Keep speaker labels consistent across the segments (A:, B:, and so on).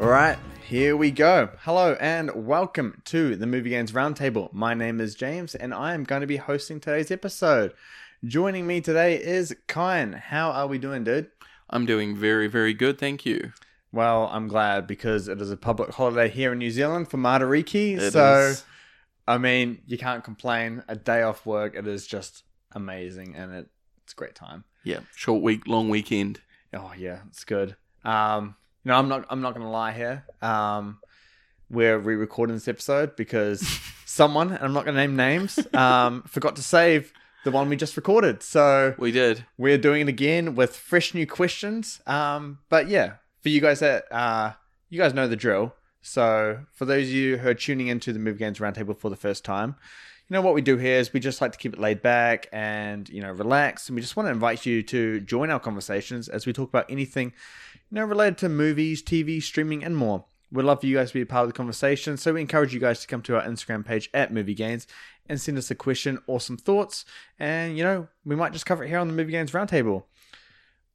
A: All right, here we go. Hello and welcome to the Movie Games Roundtable. My name is James and I am going to be hosting today's episode. Joining me today is Kyan. How are we doing, dude?
B: I'm doing very, very good, thank you.
A: Well, I'm glad because it is a public holiday here in New Zealand for Matariki.
B: It
A: so,
B: is-
A: I mean, you can't complain. A day off work, it is just amazing and it, it's a great time.
B: yeah, short week, long weekend.
A: Oh yeah, it's good. Um, you know, I'm not I'm not gonna lie here. Um, we're re-recording this episode because someone, and I'm not gonna name names, um, forgot to save the one we just recorded. So
B: We did.
A: we're doing it again with fresh new questions. Um, but yeah, for you guys that uh, you guys know the drill. So for those of you who are tuning into the Movie Games Roundtable for the first time, you know what we do here is we just like to keep it laid back and you know relax, and we just want to invite you to join our conversations as we talk about anything you know related to movies, TV, streaming, and more. We'd love for you guys to be a part of the conversation, so we encourage you guys to come to our Instagram page at Movie Games and send us a question or some thoughts and you know we might just cover it here on the movie games roundtable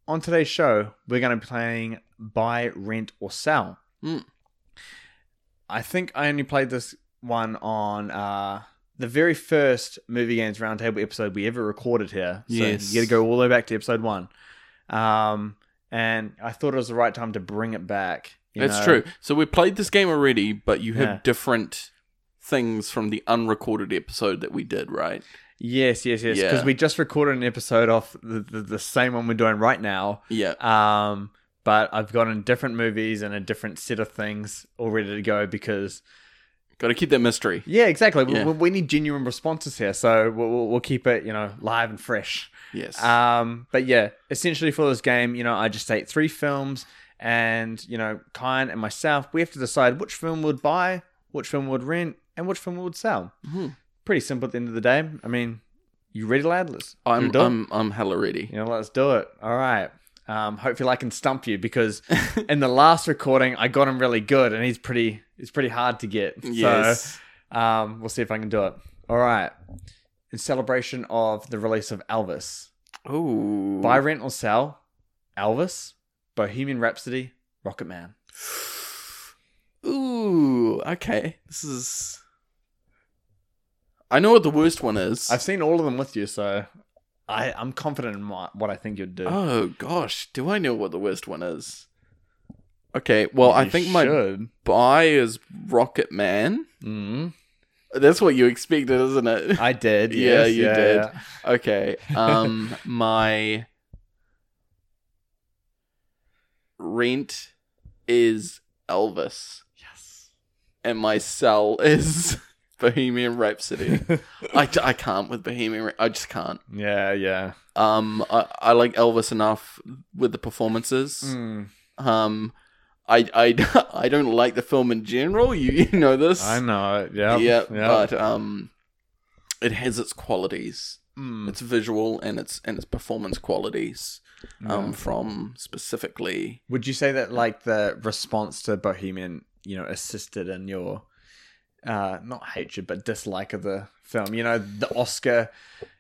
A: on today's show we're going to be playing buy rent or sell
B: Mm.
A: i think i only played this one on uh the very first movie games roundtable episode we ever recorded here so
B: Yes.
A: you gotta go all the way back to episode one um and i thought it was the right time to bring it back you
B: That's
A: know.
B: true. So we played this game already, but you have
A: Yeah.
B: different things from the unrecorded episode that we did, right?
A: yes yes yes because
B: Yeah.
A: we just recorded an episode off the, the, the same one we're doing right now
B: Yeah.
A: Um, but I've gotten different movies and a different set of things all ready to go because
B: Got to keep that mystery.
A: yeah, exactly. We-
B: Yeah.
A: We, we need genuine responses here, so we'll- we'll, we'll keep it you know live and fresh.
B: Yes.
A: Um, but yeah, essentially for this game, you know, I just take three films, and you know, Kyan and myself, we have to decide which film would buy, which film would rent, and which film would sell.
B: Mhm.
A: Pretty simple at the end of the day. I mean, you ready, lad? Let's should we
B: I'm,
A: do it?
B: I'm, I'm hella ready.
A: You know, let's do it. All right. Um, hopefully I can stump you because in the last recording I got him really good and he's pretty he's pretty hard to get.
B: Yes.
A: So um, we'll see if I can do it. All right. In celebration of the release of Elvis.
B: Ooh.
A: Buy rent or sell? Elvis, Bohemian Rhapsody, Rocket Man.
B: Ooh. Okay. This is. I know what the worst one is.
A: I've seen all of them with you, so I, I'm confident in my, what I think you'd do.
B: Oh gosh, do I know what the worst one is? Okay, well I
A: You
B: think my
A: should.
B: buy is Rocket Man.
A: Mm,
B: That's what you expected, isn't it?
A: I did.
B: Yeah,
A: yes,
B: you did.
A: yeah.
B: okay. Um my rent is Elvis
A: Yes.
B: and my cell is Bohemian Rhapsody. I, j- I can't with Bohemian Rhap- I just can't.
A: Yeah, yeah.
B: Um I, I like Elvis enough with the performances.
A: Mm.
B: Um, I, I, I don't like the film in general. You, you know this.
A: I know it. Yeah.
B: yeah, but um, it has its qualities.
A: Mm,
B: Its visual and its and its performance qualities. Um,
A: yeah.
B: from specifically.
A: would you say that like the response to Bohemian, you know, assisted in your uh not hatred but dislike of the film? You know, the Oscar,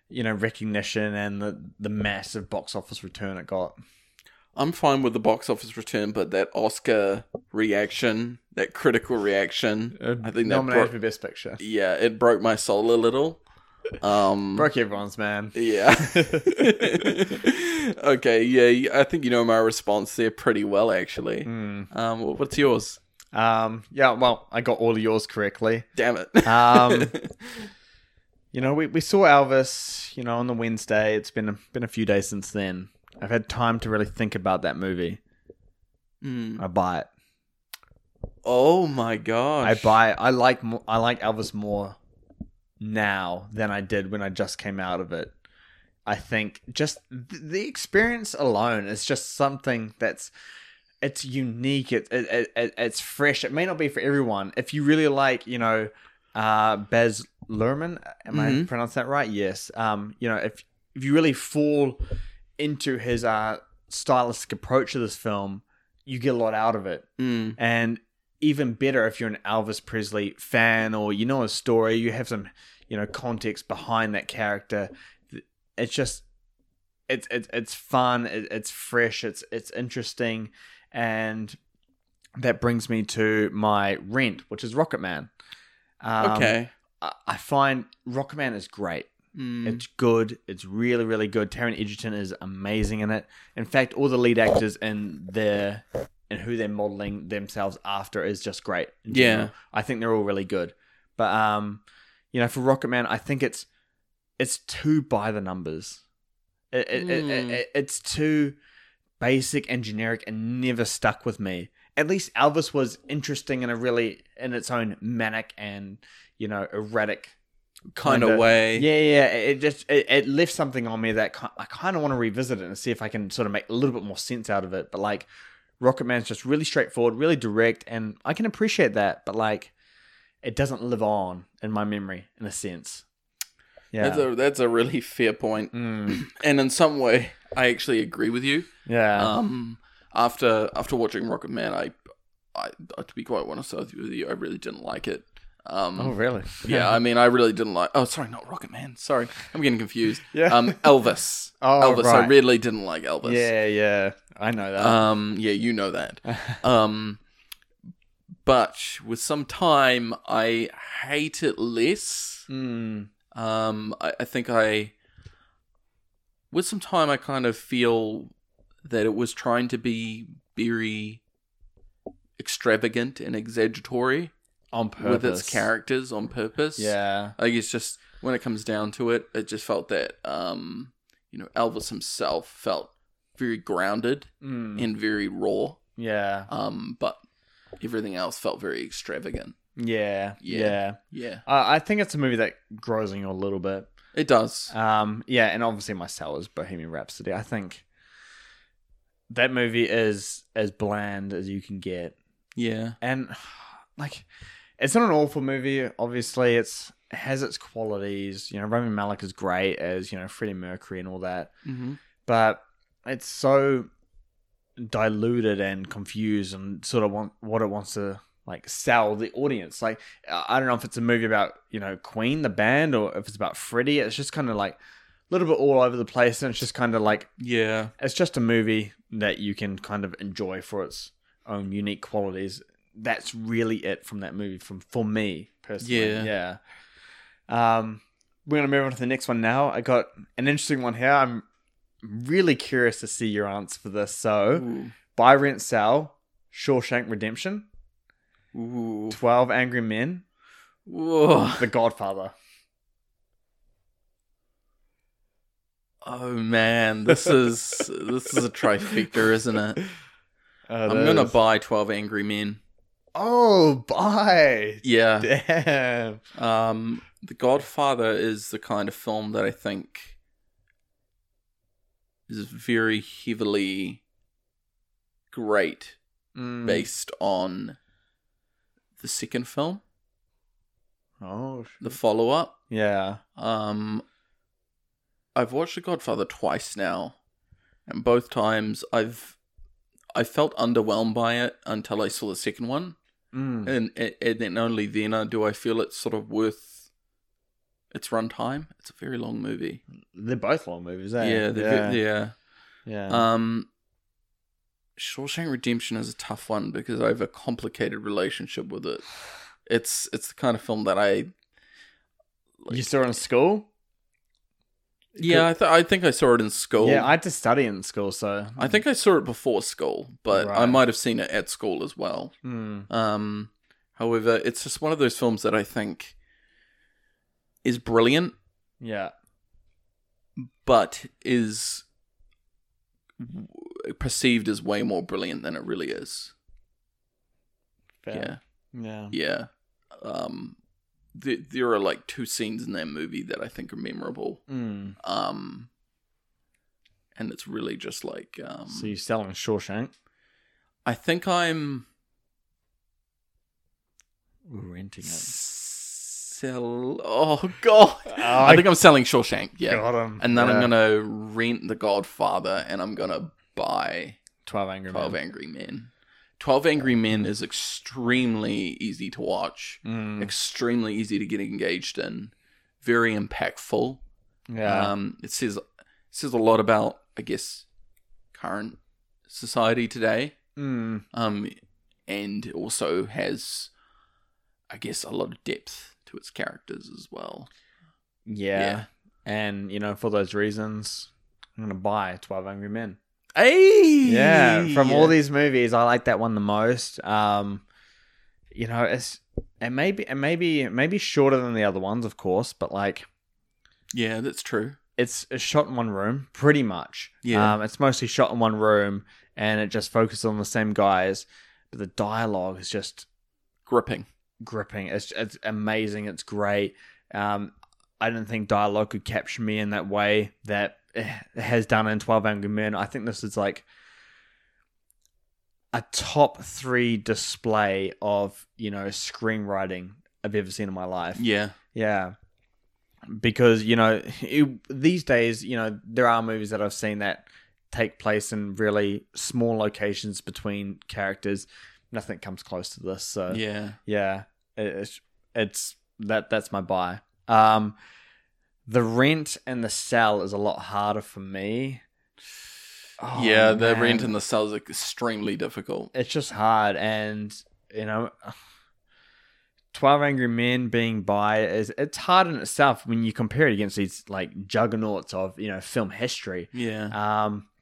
A: you know, recognition and the the massive box office return it got.
B: I'm fine with the box office return, but that Oscar reaction, that critical reaction, I think that
A: nominated
B: broke,
A: for best picture.
B: yeah, it broke my soul a little. Um,
A: Broke everyone's man.
B: Yeah. okay, yeah, I think you know my response there pretty well, actually.
A: Mm.
B: Um, wh- what's yours?
A: Um yeah, well, I got all of yours correctly.
B: Damn it.
A: Um You know, we, we saw Elvis, you know, on the Wednesday. It's been a, been a few days since then. I've had time to really think about that movie.
B: Hmm.
A: I buy it.
B: Oh my
A: I
B: gosh.
A: buy. I like. mo- I like Elvis more now than I did when I just came out of it. I think just th- the experience alone is just something that's it's unique. It, it, it, it it's fresh. It may not be for everyone. If you really like, you know, uh, Bez Luhrmann, am I
B: Mhm.
A: pronouncing that right? Yes. Um, you know, if if you really fall into his uh stylistic approach to this film, you get a lot out of it.
B: Hmm.
A: And even better if you're an Elvis Presley fan or you know a story, you have some, you know, context behind that character. It's just it's it's it's fun, it, it's fresh, it's it's interesting and that brings me to my rent, which is Rocket Man. Um,
B: okay.
A: I, I find Rocket Man is great.
B: Mm.
A: It's good. It's really, really good. Taron Egerton is amazing in it. In fact, all the lead actors in their and who they're modeling themselves after is just great. in
B: Yeah.
A: general. I think they're all really good. But um, you know, for Rocket Man, I think it's it's too by the numbers. It, it, it- it,
B: Mm.
A: it, it's too basic and generic and never stuck with me. At least Elvis was interesting in a really in its own manic and you know erratic
B: kind
A: kinda-
B: of way.
A: yeah, yeah. It it just it, it left something on me that ki- I kind of want to revisit it and see if I can sort of make a little bit more sense out of it. But like, Rocket Man's just really straightforward, really direct, and I can appreciate that. But like, it doesn't live on in my memory in a sense. Yeah,
B: That's a that's a really fair point.
A: Mm,
B: And in some way, I actually agree with you.
A: yeah,
B: Um, after after watching Rocket Man, I, I, I to be quite honest with you, I really didn't like it. Um,
A: oh really?
B: yeah, I mean, I really didn't like. Oh, sorry, not Rocket Man. Sorry, I'm getting confused.
A: yeah.
B: Um, Elvis.
A: oh,
B: Elvis. I
A: right.
B: really didn't like Elvis.
A: yeah, yeah. I know that.
B: Um, yeah, you know that. Um, but with some time, I hate it less.
A: Mm,
B: Um, I, I think I, with some time, I kind of feel that it was trying to be very extravagant and exaggeratory
A: on purpose
B: with its characters on purpose.
A: Yeah.
B: Like it's just when it comes down to it, it just felt that um, you know, Elvis himself felt very grounded
A: Mm,
B: and very raw.
A: yeah.
B: Um, but everything else felt very extravagant.
A: Yeah.
B: Yeah.
A: Yeah.
B: Yeah.
A: I I think it's a movie that grows on you a little bit.
B: It does.
A: Um, yeah, and obviously my cell is Bohemian Rhapsody. I think that movie is as bland as you can get,
B: Yeah.
A: and like, it's not an awful movie. Obviously, it's it has its qualities. You know, Rami Malek is great as you know Freddie Mercury and all that,
B: Mm-hmm.
A: but it's so diluted and confused and sort of want what it wants to like sell the audience like i I don't know if it's a movie about you know queen the band or if it's about freddie it's just kind of like a little bit all over the place and it's just kind of like
B: Yeah.
A: it's just a movie that you can kind of enjoy for its own unique qualities that's really it from that movie from for me personally yeah, um we're gonna move on to the next one now i got an interesting one here i'm really curious to see your answer for this so
B: Ooh.
A: Buy Rent Sell, Shawshank Redemption,
B: Ooh.
A: 12 Angry Men,
B: Whoa.
A: The Godfather.
B: Oh man, this is this is a trifecta, isn't it? I'm gonna buy Twelve Angry Men.
A: Uh, Oh, buy.
B: Yeah.
A: Damn.
B: Um, The Godfather is the kind of film that I think is very heavily great
A: Mm.
B: based on the second film,
A: Oh, sh-
B: the follow up.
A: yeah.
B: Um, I've watched The Godfather twice now, and both times I've I felt underwhelmed by it until I saw the second one,
A: Mm.
B: and and and then only then uh, do I feel it's sort of worth its runtime. It's a very long movie.
A: They're both long movies, eh?
B: yeah,
A: yeah.
B: the- yeah.
A: yeah.
B: Um, Shawshank Redemption is a tough one because I have a complicated relationship with it. It's it's the kind of film that I
A: you saw it in school?
B: yeah I, th- I think I saw it in school.
A: Yeah, I had to study in school, so.
B: I think I saw it before school, but I
A: Right.
B: might have seen it at school as well.
A: Mm.
B: Um, however, it's just one of those films that I think is brilliant,
A: Yeah.
B: but is w- perceived as way more brilliant than it really is.
A: Fair. Yeah.
B: Yeah, yeah. Um, there, there are like two scenes in that movie that I think are memorable.
A: Mm.
B: Um, and it's really just like um,
A: So you're selling Shawshank?
B: I think I'm
A: We're renting it.
B: Sell. Oh God! I think I'm selling Shawshank. Yeah,
A: Got him.
B: and then I'm
A: Yeah.
B: gonna rent The Godfather, and I'm gonna buy
A: 12 Angry
B: Twelve
A: Men.
B: Angry Men. Twelve Angry Men is extremely easy to watch,
A: 12
B: extremely easy to get engaged in, very impactful.
A: Yeah.
B: Um, it says it says a lot about, I guess, current society today.
A: mm.
B: Um, and also has, I guess, a lot of depth to its characters as well.
A: Yeah.
B: Yeah.
A: And, you know, for those reasons, I'm going to buy 12 Angry Men.
B: Hey,
A: Yeah. From all these movies, I like that one the most. Um, you know, it's, it may be, it may be, it may be shorter than the other ones, of course, but like,
B: yeah, that's true.
A: it's, it's shot in one room, pretty much.
B: Yeah.
A: Um, it's mostly shot in one room and it just focuses on the same guys, but the dialogue is just
B: Gripping.
A: gripping. It's, it's amazing. It's great. Um, I didn't think dialogue could capture me in that way that it has done in 12 Angry Men. I think this is like a top three display of, you know, screenwriting I've ever seen in my life.
B: Yeah,
A: Yeah. Because, you know, it, these days, you know, there are movies that I've seen that take place in really small locations between characters. Nothing comes close to this. So,
B: yeah.
A: yeah, it- it's it's that that's my buy. Um, the rent and the sell is a lot harder for me. Oh,
B: yeah, the
A: man.
B: rent in the cells are extremely difficult.
A: it's just hard, and you know, Twelve Angry Men being by is it's hard in itself when you compare it against these like juggernauts of you know film history.
B: Yeah.
A: Um,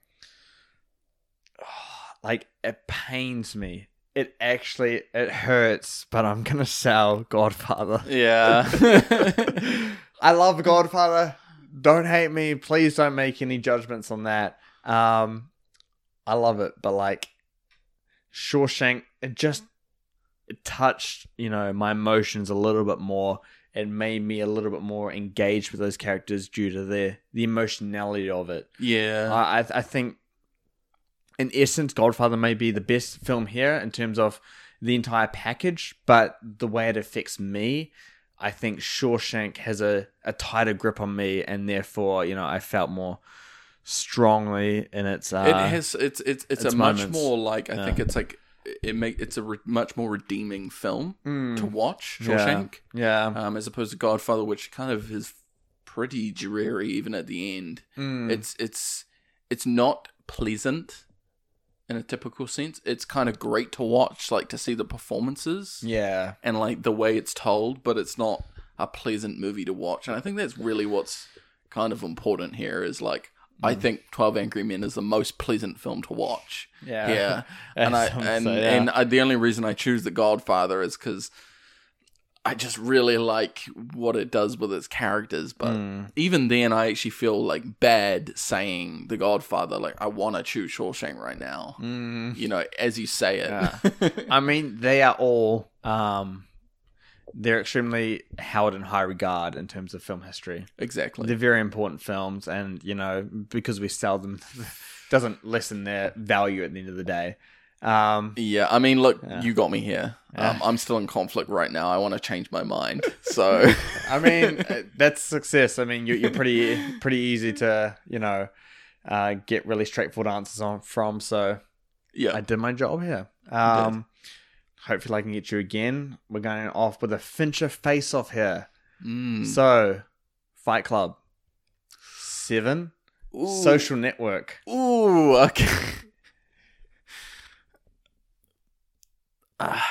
A: like it pains me. It actually it hurts, but I'm gonna sell Godfather.
B: Yeah.
A: Uh, I love Godfather. Don't hate me. Please don't make any judgments on that. Um, I love it, but like Shawshank, it just it touched you know my emotions a little bit more. It made me a little bit more engaged with those characters due to the the emotionality of it.
B: yeah.
A: I, I I think, in essence, Godfather may be the best film here in terms of the entire package, but the way it affects me, I think Shawshank has a, a tighter grip on me, and therefore, you know, I felt more strongly in its. Uh,
B: it has it's it's it's,
A: it's
B: a much
A: moments.
B: more like I
A: Yeah.
B: think it's like it make it's a re- much more redeeming film
A: Mm, Uh,
B: to watch
A: Yeah.
B: Shawshank
A: yeah.
B: um, as opposed to Godfather, which kind of is pretty dreary even at the end.
A: Mm,
B: It's it's it's not pleasant in a typical sense. It's kind of great to watch, like to see the performances
A: yeah.
B: and like the way it's told, but it's not a pleasant movie to watch. And I think that's really what's kind of important here is like I
A: Mm.
B: think Twelve Angry Men is the most pleasant film to watch.
A: Yeah.
B: Yeah, and I
A: Some
B: and,
A: say,
B: and I, the only reason I choose The Godfather is because I just really like what it does with its characters. But
A: Mm,
B: even then, I actually feel like bad saying The Godfather. Like I want to choose Shawshank right now.
A: mm.
B: You know, as you say it.
A: Yeah. I mean, they are all. Um, they're extremely held in high regard in terms of film history.
B: exactly.
A: They're very important films, and you know because we sell them doesn't lessen their value at the end of the day. Um,
B: yeah, I mean, look,
A: Yeah.
B: you got me here.
A: Yeah.
B: Um, I'm still in conflict right now. I want to change my mind. So,
A: I mean uh, that's success. I mean you're, you're pretty pretty easy to you know uh, get really straightforward answers on from. So I
B: yeah,
A: did my job here.
B: did.
A: Um, hopefully I can get you again. We're going off with a Fincher face off here. Hmm.
B: Mm.
A: So Fight Club Seven
B: Ooh.
A: Social Network.
B: Ooh, okay. Ah.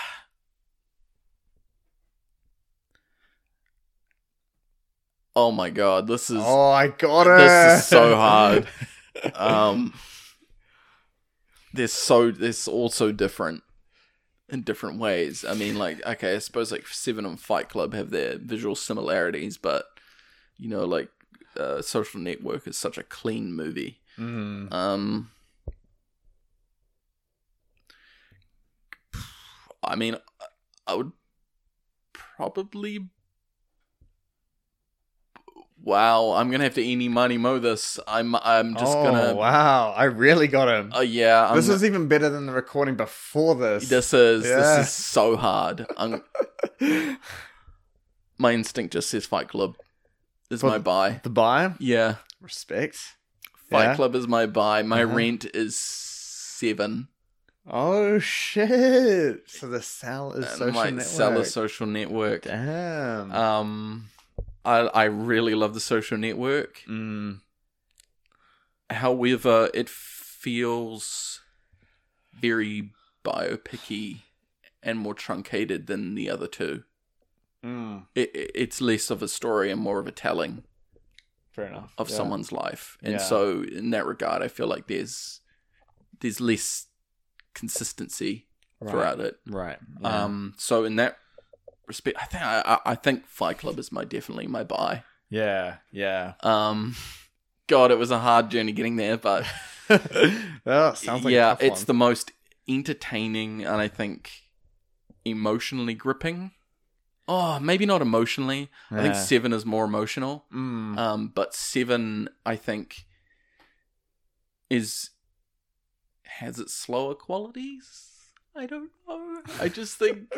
B: oh my god, this is
A: oh, I got it.
B: this is so hard. um they're so they're all so different in different ways. I mean like okay, I suppose like Seven and Fight Club have their visual similarities, but you know like uh, Social Network is such a clean movie.
A: Mm.
B: Um, I mean, I would probably. Wow, I'm gonna have to eeny money mo this. I'm I'm just
A: oh,
B: gonna.
A: wow! I really got him.
B: Oh yeah, I'm,
A: this is even better than the recording before this.
B: this is
A: Yeah.
B: this is so hard. I'm, my instinct just says Fight Club is
A: But-
B: my buy.
A: the buy
B: Yeah,
A: respect.
B: Fight
A: Yeah.
B: Club is my buy. My
A: Uh-huh.
B: rent is seven.
A: Oh shit! So the cell is
B: and
A: social
B: my
A: network.
B: sell a social network.
A: Damn.
B: Um, I I really love the social network.
A: Mm.
B: However, it feels very biopicky and more truncated than the other two.
A: Mm,
B: It, it- it's less of a story and more of a telling
A: fair enough.
B: of
A: Yeah.
B: someone's life, and
A: Yeah.
B: so in that regard, I feel like there's there's less consistency
A: right.
B: throughout it.
A: Right. Um,
B: Um, so in that respect, I think I, I- I think Fight Club is my definitely my buy.
A: yeah. Yeah.
B: Um, God, it was a hard journey getting there, but
A: that sounds like a
B: yeah,
A: tough
B: it's
A: one.
B: the most entertaining and I think emotionally gripping. Oh, maybe not emotionally. I think
A: Yeah.
B: Seven is more emotional.
A: Mm,
B: Um, but Seven, I think, is has its slower qualities. I don't know. I just think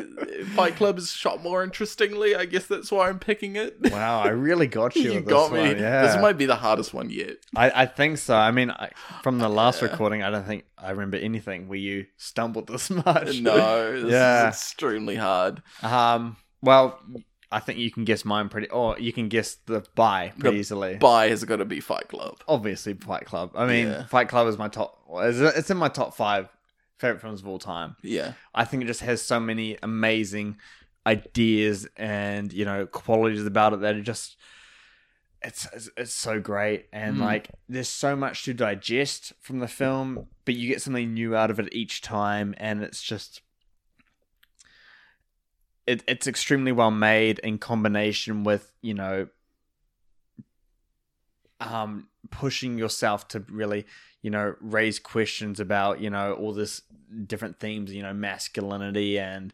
B: Fight Club is shot more interestingly. I guess that's why I'm picking it.
A: wow, I really got you.
B: you
A: with this
B: got me.
A: one, Yeah.
B: This might be the hardest one yet.
A: I, I think so. I mean, I, from the last
B: Yeah.
A: recording, I don't think I remember anything where you stumbled this much.
B: No, this
A: Yeah.
B: is extremely hard.
A: Um. Well, I think you can guess mine pretty, or you can guess the buy pretty
B: The
A: easily.
B: Buy has got to be Fight Club.
A: Obviously, Fight Club. I mean,
B: Yeah.
A: Fight Club is my top. well, It's it's in my top five favorite films of all time.
B: Yeah,
A: I think it just has so many amazing ideas and you know qualities about it that it just it's it's, it's so great and
B: Mm.
A: like there's so much to digest from the film but you get something new out of it each time and it's just it, it's extremely well made in combination with you know um pushing yourself to really you know raise questions about you know all this different themes you know masculinity and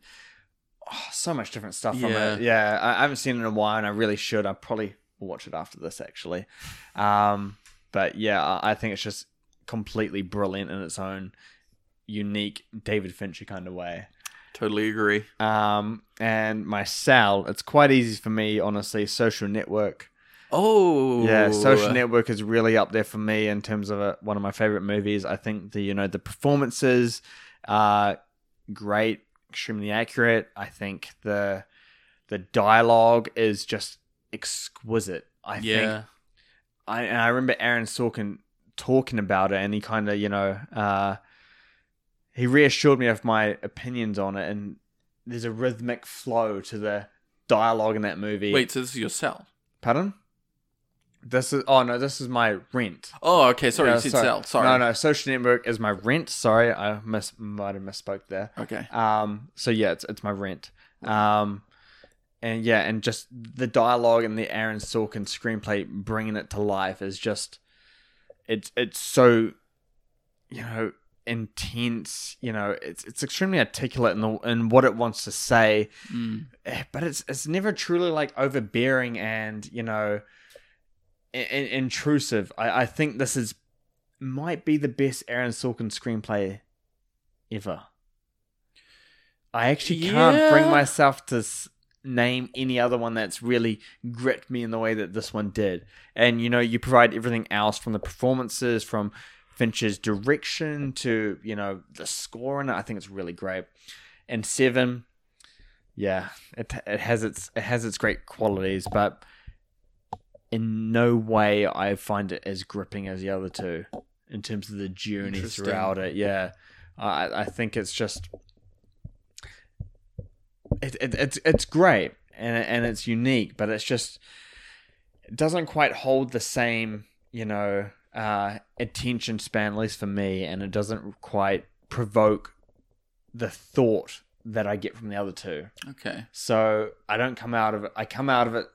A: oh, so much different stuff from
B: Yeah.
A: it yeah I, I haven't seen it in a while and i really should i probably will watch it after this actually um but yeah I, I think it's just completely brilliant in its own unique david fincher kind of way
B: totally agree.
A: um, and my Sal. It's quite easy for me, honestly. Social network,
B: Oh,
A: yeah. Social network is really up there for me in terms of a, one of my favorite movies. I think the you know the performances are great, extremely accurate. I think the the dialogue is just exquisite. I think
B: yeah,
A: I and I remember Aaron Sorkin talking about it, and he kind of you know uh, he reassured me of my opinions on it, and there's a rhythmic flow to the dialogue in that movie.
B: Wait, so this is your cell?
A: pardon? This is oh no, this is my rent.
B: Oh, okay. Sorry,
A: No,
B: you said cell. Sorry.
A: No, no, Social Network is my rent. Sorry, I miss might have misspoke there.
B: Okay.
A: Um, so yeah, it's it's my rent. Um, and yeah, and just the dialogue and the Aaron Sorkin screenplay bringing it to life is just it's it's so you know intense. You know, it's it's extremely articulate in the in what it wants to say,
B: Mm.
A: eh, but it's it's never truly like overbearing and you know i- i- intrusive. I, I think this is might be the best Aaron Sorkin screenplay ever. I actually can't bring
B: Yeah.
A: myself to s- name any other one that's really gripped me in the way that this one did. And you know, you provide everything else from the performances, from Fincher's direction to you know the score, and I think it's really great. And seven, yeah, it it has its it has its great qualities, but in no way I find it as gripping as the other two in terms of the journey
B: Interesting.
A: throughout it. Yeah, I I think it's just it, it it's it's great and and it's unique, but it's just it doesn't quite hold the same you know uh, attention span, at least for me, and it doesn't quite provoke the thought that I get from the other two.
B: Okay.
A: So I don't come out of it. I come out of it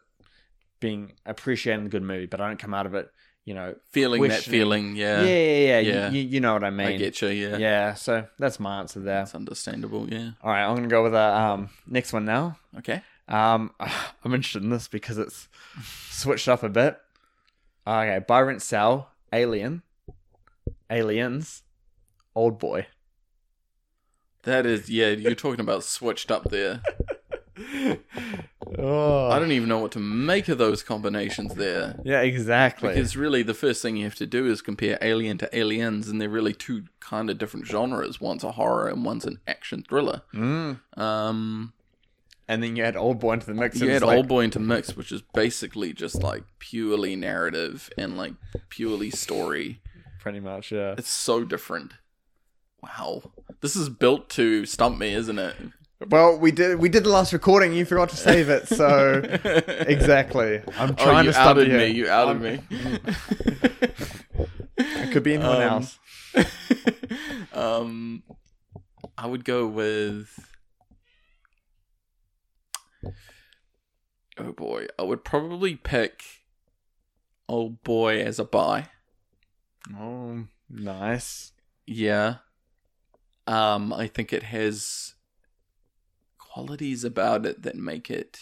A: being appreciating the good movie, but I don't come out of it, you know.
B: Feeling that
A: Questioning.
B: feeling.
A: Yeah,
B: Yeah.
A: uh, yeah, yeah.
B: Yeah.
A: You, you know what I mean.
B: I get you. Yeah.
A: yeah. So that's my answer there.
B: That's understandable. Yeah.
A: All right, I'm gonna go with a um, next one now.
B: Okay.
A: Um, I'm interested in this because it's switched up a bit. Okay, buy, rent, sell, Alien, Aliens, Old Boy.
B: That is. Yeah. You're talking about switched up there.
A: Oh,
B: I don't even know what to make of those combinations there.
A: yeah, exactly.
B: Because really, the first thing you have to do is compare Alien to Aliens, and they're really two kind of different genres. One's a horror, and one's an action thriller.
A: Mm.
B: Um,
A: And then you add Old Boy into the mix. and
B: you
A: it's
B: had
A: like,
B: Old Boy into Mix, which is basically just like purely narrative and like purely story.
A: pretty much. Yeah.
B: It's so different. Wow, this is built to stump me, isn't it?
A: Well, we did we did the last recording. You forgot to save it, so exactly. I'm
B: Oh,
A: trying
B: you
A: to stop
B: outed
A: you.
B: me. You outed
A: I'm-
B: me.
A: It could be anyone
B: Um,
A: else.
B: um, I would go with. Oh boy, I would probably pick. Oh boy, as a buy.
A: Oh, nice.
B: Yeah. Um, I think it has qualities about it that make it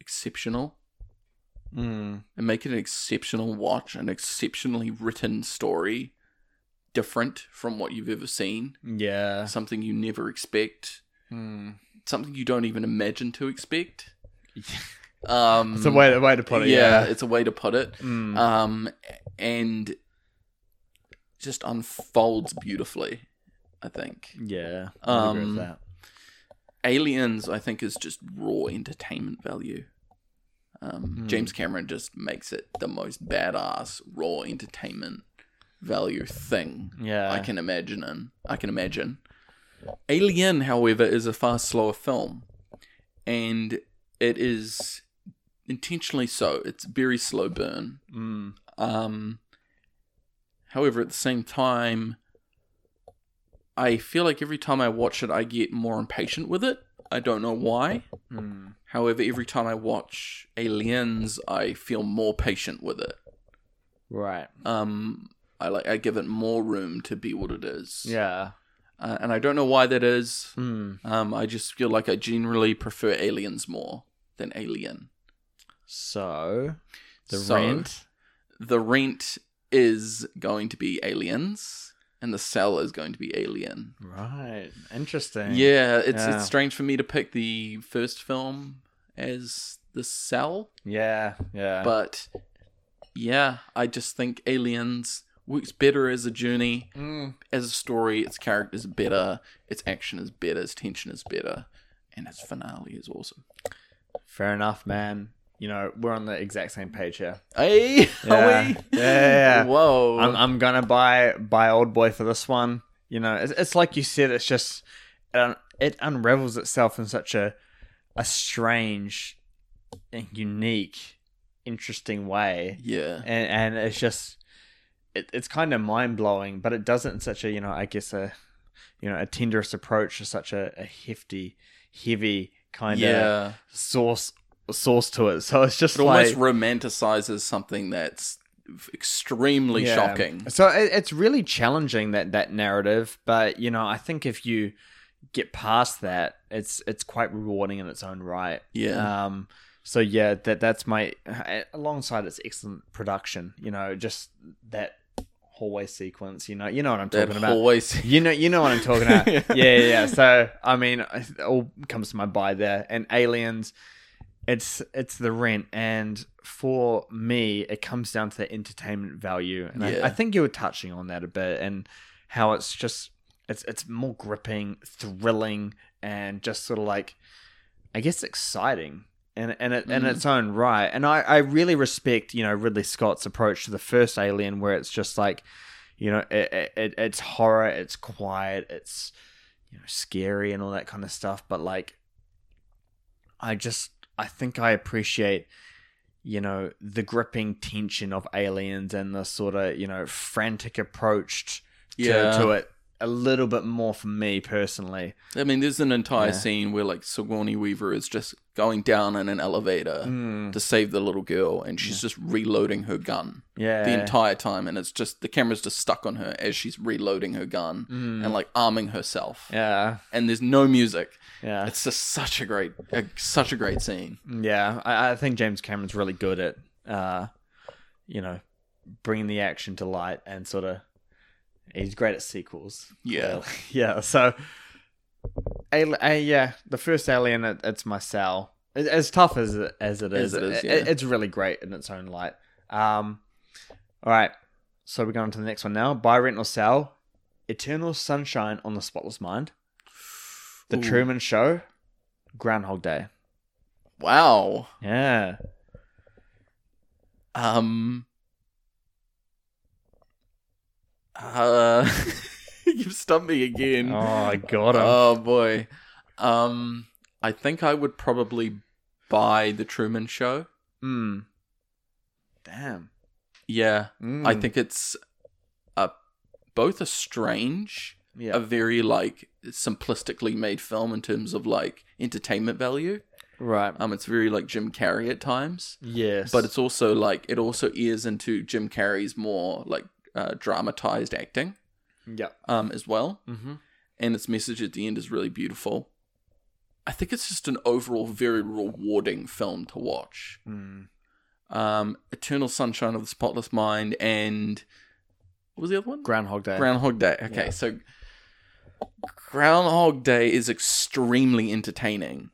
B: exceptional
A: Mm.
B: and make it an exceptional watch, an exceptionally written story, different from what you've ever seen,
A: Yeah.
B: something you never expect, Hmm.
A: Mm.
B: something you don't even imagine to expect. Um,
A: It's a way, a way to put it. Yeah.
B: yeah, it's a way to put it.
A: Mm.
B: um, and just unfolds beautifully. I think
A: yeah.
B: um,
A: I agree with that.
B: Aliens, I think, is just raw entertainment value. Um,
A: Hmm.
B: James Cameron just makes it the most badass raw entertainment value thing
A: Yeah.
B: I can imagine. In, I can imagine. Alien, however, is a far slower film, and it is intentionally so. It's very slow burn.
A: Mm.
B: Um, however, at the same time, I feel like every time I watch it, I get more impatient with it. I don't know why. Hmm.
A: Mm.
B: However, every time I watch Aliens, I feel more patient with it.
A: Right.
B: Um, I like I give it more room to be what it is.
A: Yeah.
B: uh, and I don't know why that is.
A: Mm.
B: Um, I just feel like I generally prefer Aliens more than Alien.
A: So the
B: So-
A: rent.
B: the rent is going to be aliens and the cell is going to be alien
A: Right. Interesting.
B: yeah it's
A: Yeah.
B: it's strange for me to pick the first film as the cell
A: Yeah. Yeah.
B: but yeah i just think aliens works better as a journey
A: Mm.
B: as a story its characters are better its action is better its tension is better and its finale is awesome
A: Fair enough, man. You know, we're on the exact same page here.
B: hey are
A: Yeah.
B: we
A: Yeah, yeah, yeah.
B: whoa
A: I'm, I'm gonna buy buy Old Boy for this one. You know, it's, it's like you said. It's just um, it unravels itself in such a a strange and unique, interesting way,
B: yeah
A: and and it's just it, it's kind of mind blowing, but it does it in such a you know I guess a you know a tenderest approach to such a, a hefty, heavy kind of
B: yeah
A: source source to it. So it's just
B: It
A: like
B: almost romanticizes something that's extremely
A: Yeah.
B: shocking.
A: So it, it's really challenging that that narrative, but you know, I think if you get past that, it's it's quite rewarding in its own right.
B: Yeah.
A: Um. So yeah, that that's my alongside its excellent production. You know, just that hallway sequence. You know, you know what I'm
B: that
A: talking about.
B: always
A: You know, you know what I'm talking about. yeah, yeah, yeah. So I mean, it all comes to my buy there. And aliens, it's it's the rent, and for me, it comes down to the entertainment value. And
B: Yeah.
A: I, I think you were touching on that a bit, and how it's just it's it's more gripping, thrilling, and just sort of like, I guess, exciting. And, and it, in
B: Mhm.
A: its own right. And I, I really respect, you know, Ridley Scott's approach to the first Alien, where it's just like, you know it, it- it, it's horror it's quiet it's you know scary and all that kind of stuff but like i just i think i appreciate you know the gripping tension of aliens and the sort of you know frantic approach to,
B: yeah.
A: to it a little bit more for me personally
B: I mean, there's an entire
A: Yeah.
B: scene where like Sigourney Weaver is just going down in an elevator
A: Mm,
B: to save the little girl, and she's just reloading her gun
A: yeah
B: the entire time, and it's just the camera's just stuck on her as she's reloading her gun
A: Mm,
B: and like arming herself,
A: yeah
B: and there's no music.
A: yeah
B: It's just such a great, a, such a great scene.
A: Yeah, I, I think James Cameron's really good at, uh, you know, bringing the action to light and sort of. He's great at sequels.
B: Yeah.
A: yeah. So, Ali- uh, yeah, the first Alien, it, it's my cell. It, as tough as it, as it is,
B: As it is,
A: it-
B: yeah.
A: it- it's really great in its own light. Um, all right. So we're going to the next one now. Buy, rent, or sell. Eternal Sunshine on the Spotless Mind. The
B: Ooh.
A: Truman Show. Groundhog Day.
B: Wow.
A: Yeah.
B: Um. Uh, you've stumped me again.
A: Oh, I got him.
B: Uh, Oh, boy. Um, I think I would probably buy the Truman Show.
A: Mm. Damn.
B: Yeah, I
A: Mm.
B: think it's a both a strange,
A: Yeah.
B: a very like simplistically made film in terms of like entertainment value.
A: right.
B: Um, it's very like Jim Carrey at times,
A: yes.
B: but it's also like it also ears into Jim Carrey's more like uh, dramatized acting
A: yeah.
B: um as well.
A: Mm-hmm.
B: And its message at the end is really beautiful. I think it's just an overall very rewarding film to watch.
A: Mm.
B: um, Eternal Sunshine of the Spotless Mind, and what was the other one?
A: Groundhog Day.
B: Groundhog Day. Okay,
A: uh, Yeah.
B: so Groundhog Day is extremely entertaining.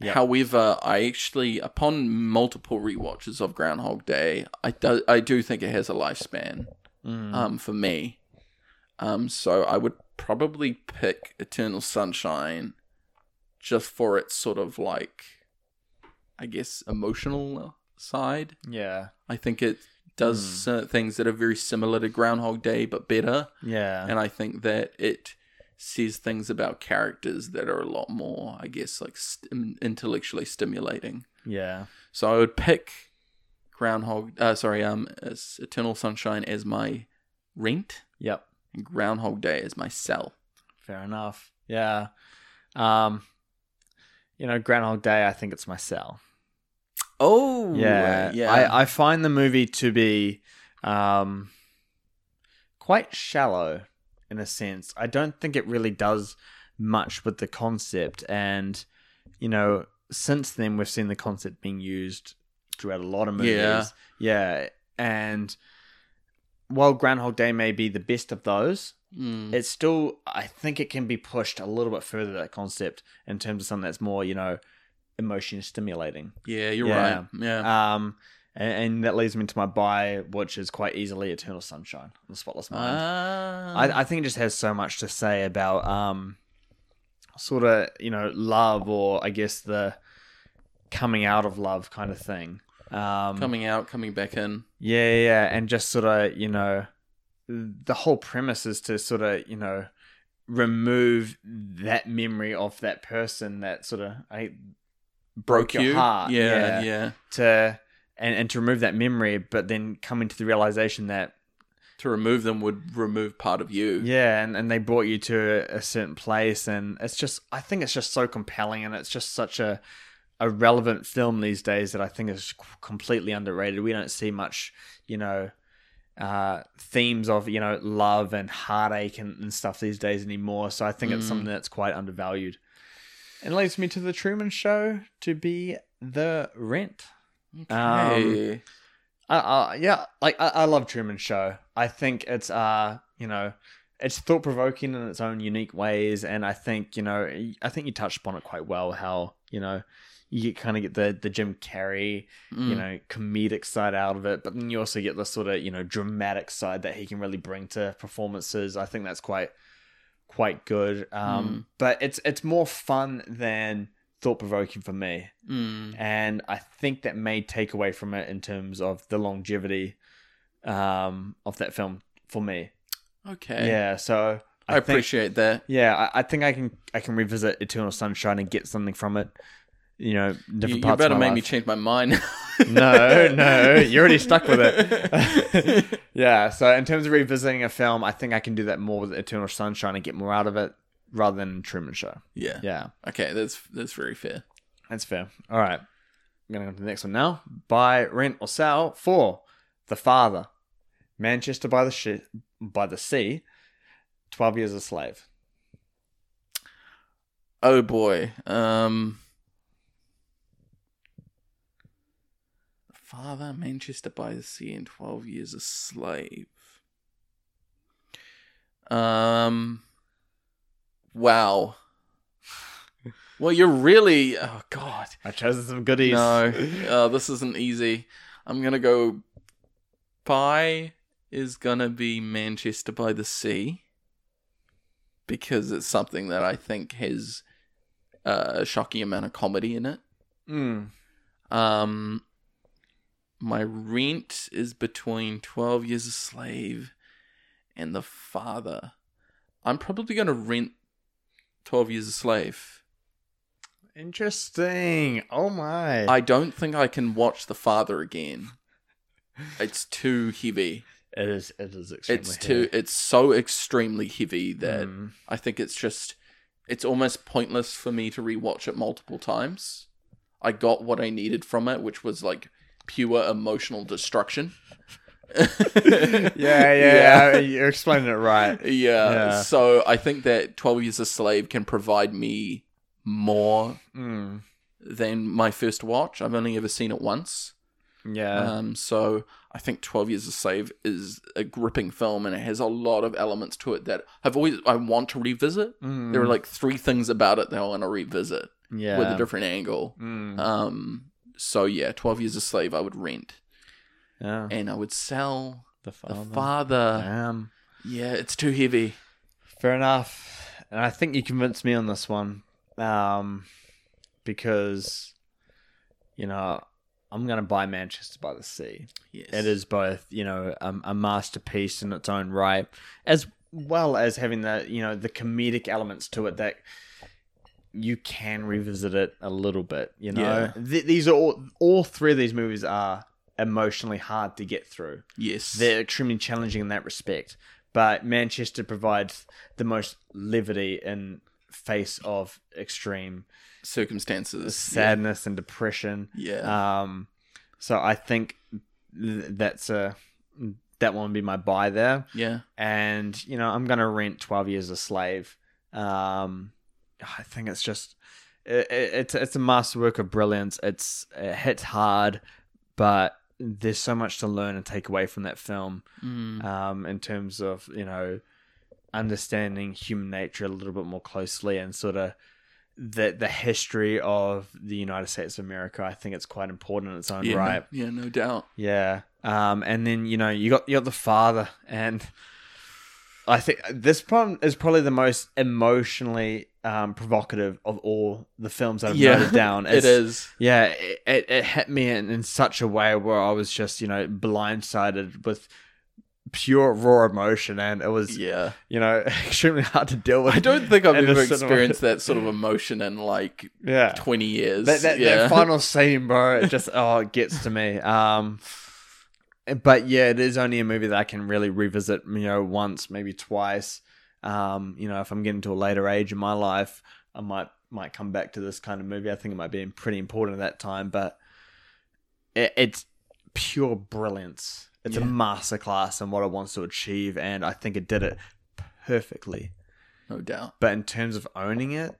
A: Yeah.
B: However, I actually, upon multiple rewatches of Groundhog Day, I do, I do think it has a lifespan
A: Mm.
B: um, for me. Um, so I would probably pick Eternal Sunshine just for its sort of like, I guess, emotional side.
A: yeah.
B: I think it does cer- things that are very similar to Groundhog Day but better,
A: Yeah.
B: and I think that it says things about characters that are a lot more, I guess, like st- intellectually stimulating.
A: yeah.
B: So I would pick Groundhog, uh, sorry, um, as Eternal Sunshine as my rent,
A: Yep.
B: and Groundhog Day as my cell.
A: Fair enough. Yeah. Um, you know, Groundhog Day. I think it's my cell.
B: Oh,
A: Yeah.
B: yeah.
A: I, I find the movie to be, um, quite shallow in a sense. I don't think it really does much with the concept, and you know, since then we've seen the concept being used throughout a lot of movies.
B: Yeah.
A: Yeah. And while Groundhog Day may be the best of those,
B: Mm.
A: it's still i think it can be pushed a little bit further that concept in terms of something that's more you know emotion stimulating
B: yeah, you're
A: yeah.
B: right. Yeah,
A: um and, and that leads me to my buy which is quite easily eternal sunshine on the spotless mind
B: Ah.
A: I, I think it just has so much to say about um sort of you know love or i guess the coming out of love kind of thing um
B: coming out, coming back in.
A: yeah, yeah, yeah, and just sort of you know, the whole premise is to sort of you know remove that memory of that person that sort of I broke your
B: you.
A: heart.
B: Yeah, yeah.
A: To and and to remove that memory, but then coming to the realization that
B: to remove them would remove part of you.
A: yeah, and and they brought you to a, a certain place, and it's just I think it's just so compelling, and it's just such a a relevant film these days that I think is c- completely underrated. We don't see much, you know, uh, themes of you know love and heartache and, and stuff these days anymore. So I think it's
B: Mm.
A: something that's quite undervalued. And leads me to the Truman Show to be the rent. Um,
B: Okay.
A: Uh, uh, yeah, like I, I love Truman Show. I think it's uh, you know, it's thought provoking in its own unique ways, and I think you know, I think you touched upon it quite well. How you know, you kind of get the the Jim Carrey,
B: Mm.
A: you know, comedic side out of it, but then you also get the sort of you know dramatic side that he can really bring to performances. I think that's quite quite good. Um, but it's it's more fun than thought provoking for me
B: Mm.
A: and I think that may take away from it in terms of the longevity um, of that film for me.
B: Okay.
A: Yeah, so
B: I,
A: think,
B: appreciate that.
A: Yeah, I, I think I can I can revisit Eternal Sunshine and get something from it. You know,
B: You,
A: different
B: you
A: parts.
B: better
A: of my
B: make me
A: life.
B: change my mind.
A: No, no, you're already stuck with it. Yeah, so in terms of revisiting a film, I think I can do that more with Eternal Sunshine and get more out of it rather than Truman Show.
B: yeah.
A: Yeah,
B: Okay, that's that's very fair.
A: that's fair. All right, I'm gonna go to the next one now. Buy, rent, or sell for the father. Manchester by the shi by the sea. Twelve years a slave.
B: Oh boy. Um Father Manchester by the Sea and 12 Years a Slave. Um Wow. Well, you're really oh god.
A: I chose some goodies.
B: No, uh, this isn't easy. I'm gonna go. Pi is gonna be Manchester by the Sea because it's something that I think has uh, a shocking amount of comedy in it.
A: Mm.
B: Um, my rent is between Twelve Years a Slave and The Father. I'm probably gonna rent Twelve Years a Slave
A: Interesting. Oh my.
B: I don't think I can watch The Father again. It's too heavy.
A: it is. It is extremely.
B: It's
A: heavy.
B: too. It's so extremely heavy that
A: Mm.
B: I think it's just. It's almost pointless for me to rewatch it multiple times. I got what I needed from it, which was like pure emotional destruction. yeah,
A: yeah, yeah, yeah. You're explaining it right.
B: Yeah.
A: Yeah.
B: So I think that 12 Years a Slave can provide me more
A: Mm.
B: than my first watch. I've only ever seen it once.
A: Yeah.
B: Um, so I think 12 Years a Slave is a gripping film and it has a lot of elements to it that I've always, I want to revisit.
A: Mm.
B: There are like three things about it that I want to revisit
A: yeah.
B: with a different angle.
A: Mm.
B: Um, so yeah, 12 Years a Slave I would rent
A: yeah.
B: and I would sell
A: The
B: The
A: father.
B: Father.
A: Damn.
B: Yeah, it's too heavy.
A: Fair enough. And I think you convinced me on this one. Um, because, you know, I'm going to buy Manchester by the Sea.
B: Yes.
A: It is both, you know, um, a masterpiece in its own right, as well as having the, you know, the comedic elements to it that you can revisit it a little bit. You know, Th- these are all, all three of these movies are emotionally hard to get through.
B: Yes.
A: They're extremely challenging in that respect, but Manchester provides the most levity in face of extreme
B: circumstances.
A: sadness and depression.
B: Yeah. Yeah.
A: Um, so I think th- that's a that one would be my buy there,
B: yeah.
A: and you know I'm gonna rent Twelve Years a Slave. Um, I think it's just it, it- it's it's a masterwork of brilliance. It's it hits hard, but there's so much to learn and take away from that film
B: Mm.
A: um, in terms of you know understanding human nature a little bit more closely and sort of the the history of the United States of America. I think it's quite important in its own
B: yeah,
A: right.
B: No, yeah, no doubt.
A: Yeah. Um, and then you know you got you got the father, and I think this problem is probably the most emotionally um, provocative of all the films that I've
B: Yeah,
A: noted down.
B: It is.
A: Yeah, it, it, it hit me in, in such a way where I was just, you know, blindsided with pure raw emotion and it was,
B: Yeah.
A: you know, extremely hard to deal with.
B: I don't think I've
A: in the
B: ever
A: cinema.
B: experienced that sort of emotion in like
A: Yeah.
B: 20 years.
A: That, that,
B: yeah.
A: that final scene, bro, it just, oh, it gets to me. Um, but yeah, it is only a movie that I can really revisit, you know, once, maybe twice. Um, you know, if I'm getting to a later age in my life, I might might come back to this kind of movie. I think it might be pretty important at that time, but it, it's pure brilliance. It's a
B: Yeah.
A: masterclass in what it wants to achieve, and I think it did it perfectly.
B: no doubt.
A: But in terms of owning it,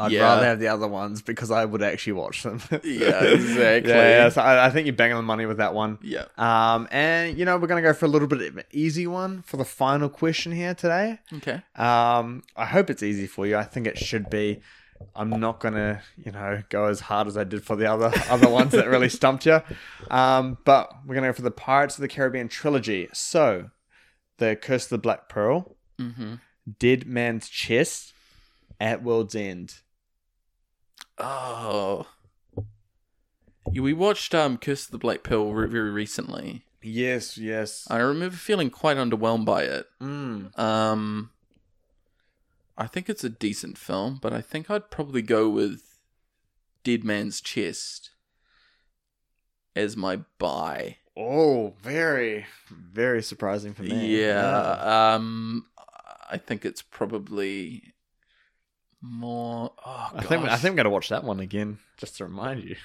A: I'd
B: Yeah.
A: rather have the other ones because I would actually watch them.
B: Yeah, exactly.
A: yeah, yeah, so I, I think you're banging the money with that one.
B: Yeah.
A: Um, and you know we're gonna go for a little bit of an easy one for the final question here today.
B: Okay.
A: Um, I hope it's easy for you. I think it should be. I'm not gonna, you know, go as hard as I did for the other other ones that really stumped you. Um, but we're gonna go for the Pirates of the Caribbean trilogy. So, the Curse of the Black Pearl,
B: Mm-hmm.
A: Dead Man's Chest, At World's End.
B: Oh. Yeah, We watched um, Curse of the Black Pearl re- very recently.
A: Yes, yes.
B: I remember feeling quite underwhelmed by it.
A: Mm.
B: Um, I think it's a decent film, but I think I'd probably go with Dead Man's Chest as my buy.
A: Oh, very, very surprising for me.
B: yeah. Um, I think it's probably more. Oh,
A: I think I
B: gosh.
A: think I'm gonna watch that one again just to remind you.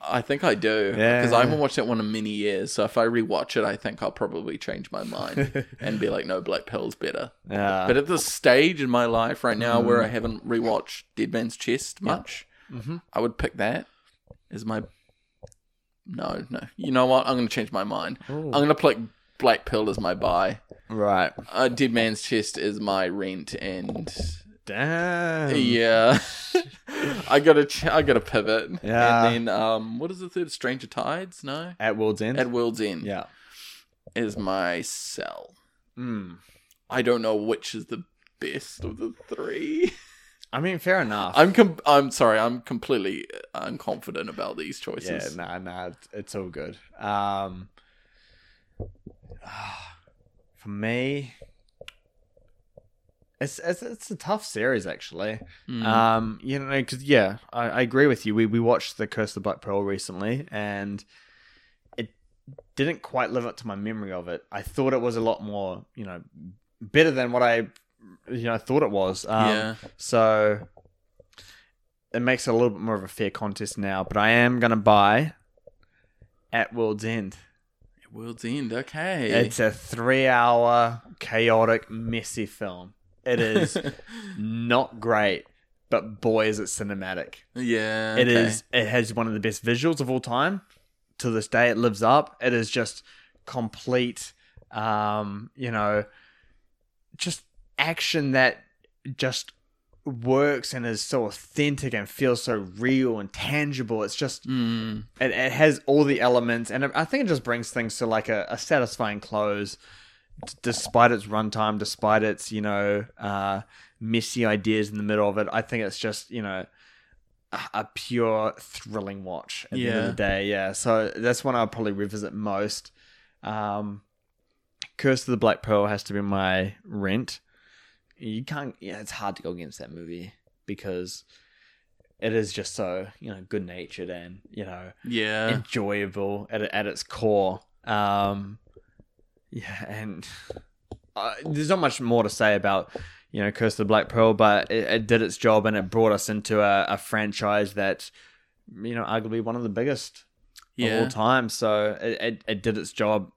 B: I think I do
A: Yeah.
B: because I haven't watched that one in many years. So if I rewatch it, I think I'll probably change my mind and be like, "No, Black Pearl's better."
A: Yeah.
B: But at this stage in my life right now, where
A: Uh, Mm.
B: I haven't rewatched Dead Man's Chest much,
A: mm-hmm.
B: I would pick that as my. No, no. You know what? I'm going to change my mind.
A: uh,
B: I'm going to pick Black Pearl as my buy.
A: Right.
B: Uh, Dead Man's Chest is my rent, and
A: Damn.
B: yeah, I got to ch- I got to pivot.
A: Yeah.
B: And then um, what is the third? Stranger Tides? No.
A: At World's End.
B: At World's End
A: yeah.
B: is my cell.
A: Mm.
B: I don't know which is the best of the three.
A: I mean, fair enough.
B: I'm com- I'm sorry. I'm completely unconfident about these
A: yeah.
B: choices.
A: Nah. Nah. It's, it's all good. Um. ah, For me, It's, it's it's a tough series actually.
B: Mm.
A: Um, you know, because yeah, I, I agree with you. We we watched the Curse of the Black Pearl recently, and it didn't quite live up to my memory of it. I thought it was a lot more, you know, better than what I, you know, thought it was. Um,
B: yeah.
A: So it makes it a little bit more of a fair contest now. But I am gonna buy at World's End.
B: World's End. Okay.
A: It's a three-hour chaotic, messy film. It is not great, but boy is it cinematic.
B: yeah.
A: It
B: okay.
A: is it has one of the best visuals of all time. To this day it lives up. It is just complete um, you know, just action that just works and is so authentic and feels so real and tangible. It's just
B: Mm.
A: it, it has all the elements and i think it just brings things to like a, a satisfying close d- despite its runtime despite its you know uh messy ideas in the middle of it i think it's just you know a, a pure thrilling watch at the end of
B: Yeah.
A: the day yeah so that's one i'll probably revisit most um curse of the black pearl has to be my rent you can't yeah it's hard to go against that movie because it is just so you know good natured and you know
B: Yeah.
A: enjoyable at at its core. Um, yeah, and uh, there's not much more to say about you know Curse of the Black Pearl, but it, it did its job and it brought us into a, a franchise that you know arguably one of the biggest of all
B: Yeah.
A: time. So it, it, it did its job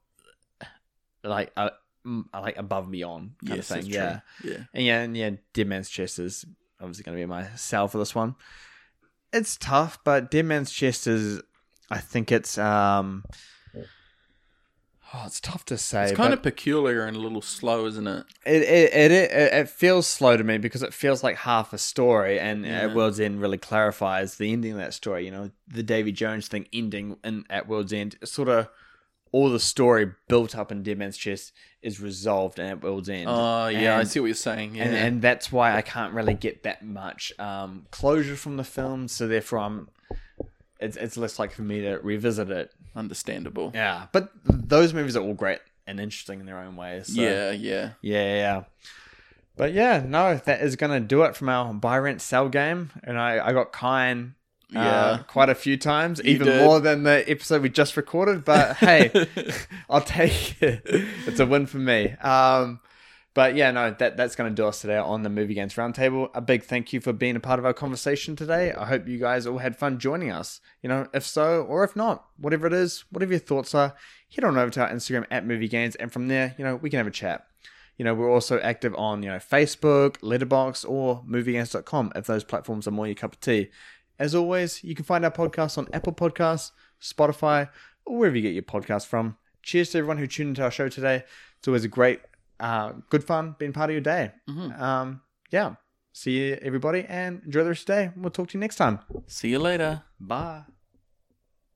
A: like uh, mm, like above and beyond kind
B: Yes,
A: of
B: that's
A: thing. Yeah.
B: true. Yeah.
A: And yeah, and yeah, Dead Man's Chest is obviously going to be my sell for this one. It's tough, but Dead Man's Chest is, I think it's, um, oh, it's tough to say.
B: It's kind
A: but
B: of peculiar and a little slow, isn't it?
A: it, it, it, it, it feels slow to me because it feels like half a story, and
B: Yeah.
A: At World's End really clarifies the ending of that story. You know, the Davy Jones thing ending in At World's End, sort of all the story built up in Dead Man's Chest is resolved in At World's End.
B: Oh, yeah. I
A: And-
B: see what you're saying. Yeah.
A: and and that's why I can't really get that much um, closure from the film. So therefore, I'm it's it's less like for me to revisit it.
B: Understandable.
A: Yeah, but those movies are all great and interesting in their own ways. So.
B: Yeah. Yeah.
A: yeah, yeah, yeah. But yeah, no, that is gonna do it from our buy rent sell game, and I I got Kine. Uh,
B: Yeah.
A: quite a few times, even
B: did.
A: more than the episode we just recorded. But Uh, hey, I'll take it. It's a win for me. Um, but yeah, no, that that's going to do us today on the Movie Games Roundtable. A big thank you for being a part of our conversation today. I hope you guys all had fun joining us. You know, if so or if not, whatever it is, whatever your thoughts are, head on over to our Instagram at Movie Games, and from there, you know, we can have a chat. You know, we're also active on, you know, Facebook, Letterbox, or moviegames.com if those platforms are more your cup of tea. As always, you can find our podcast on Apple Podcasts, Spotify, or wherever you get your podcast from. Cheers to everyone who tuned into our show today. It's always a great, uh, good fun being part of your day.
B: Mhm.
A: Um, yeah. See you, everybody, and enjoy the rest of the day. We'll talk to you next time.
B: See you later.
A: Bye.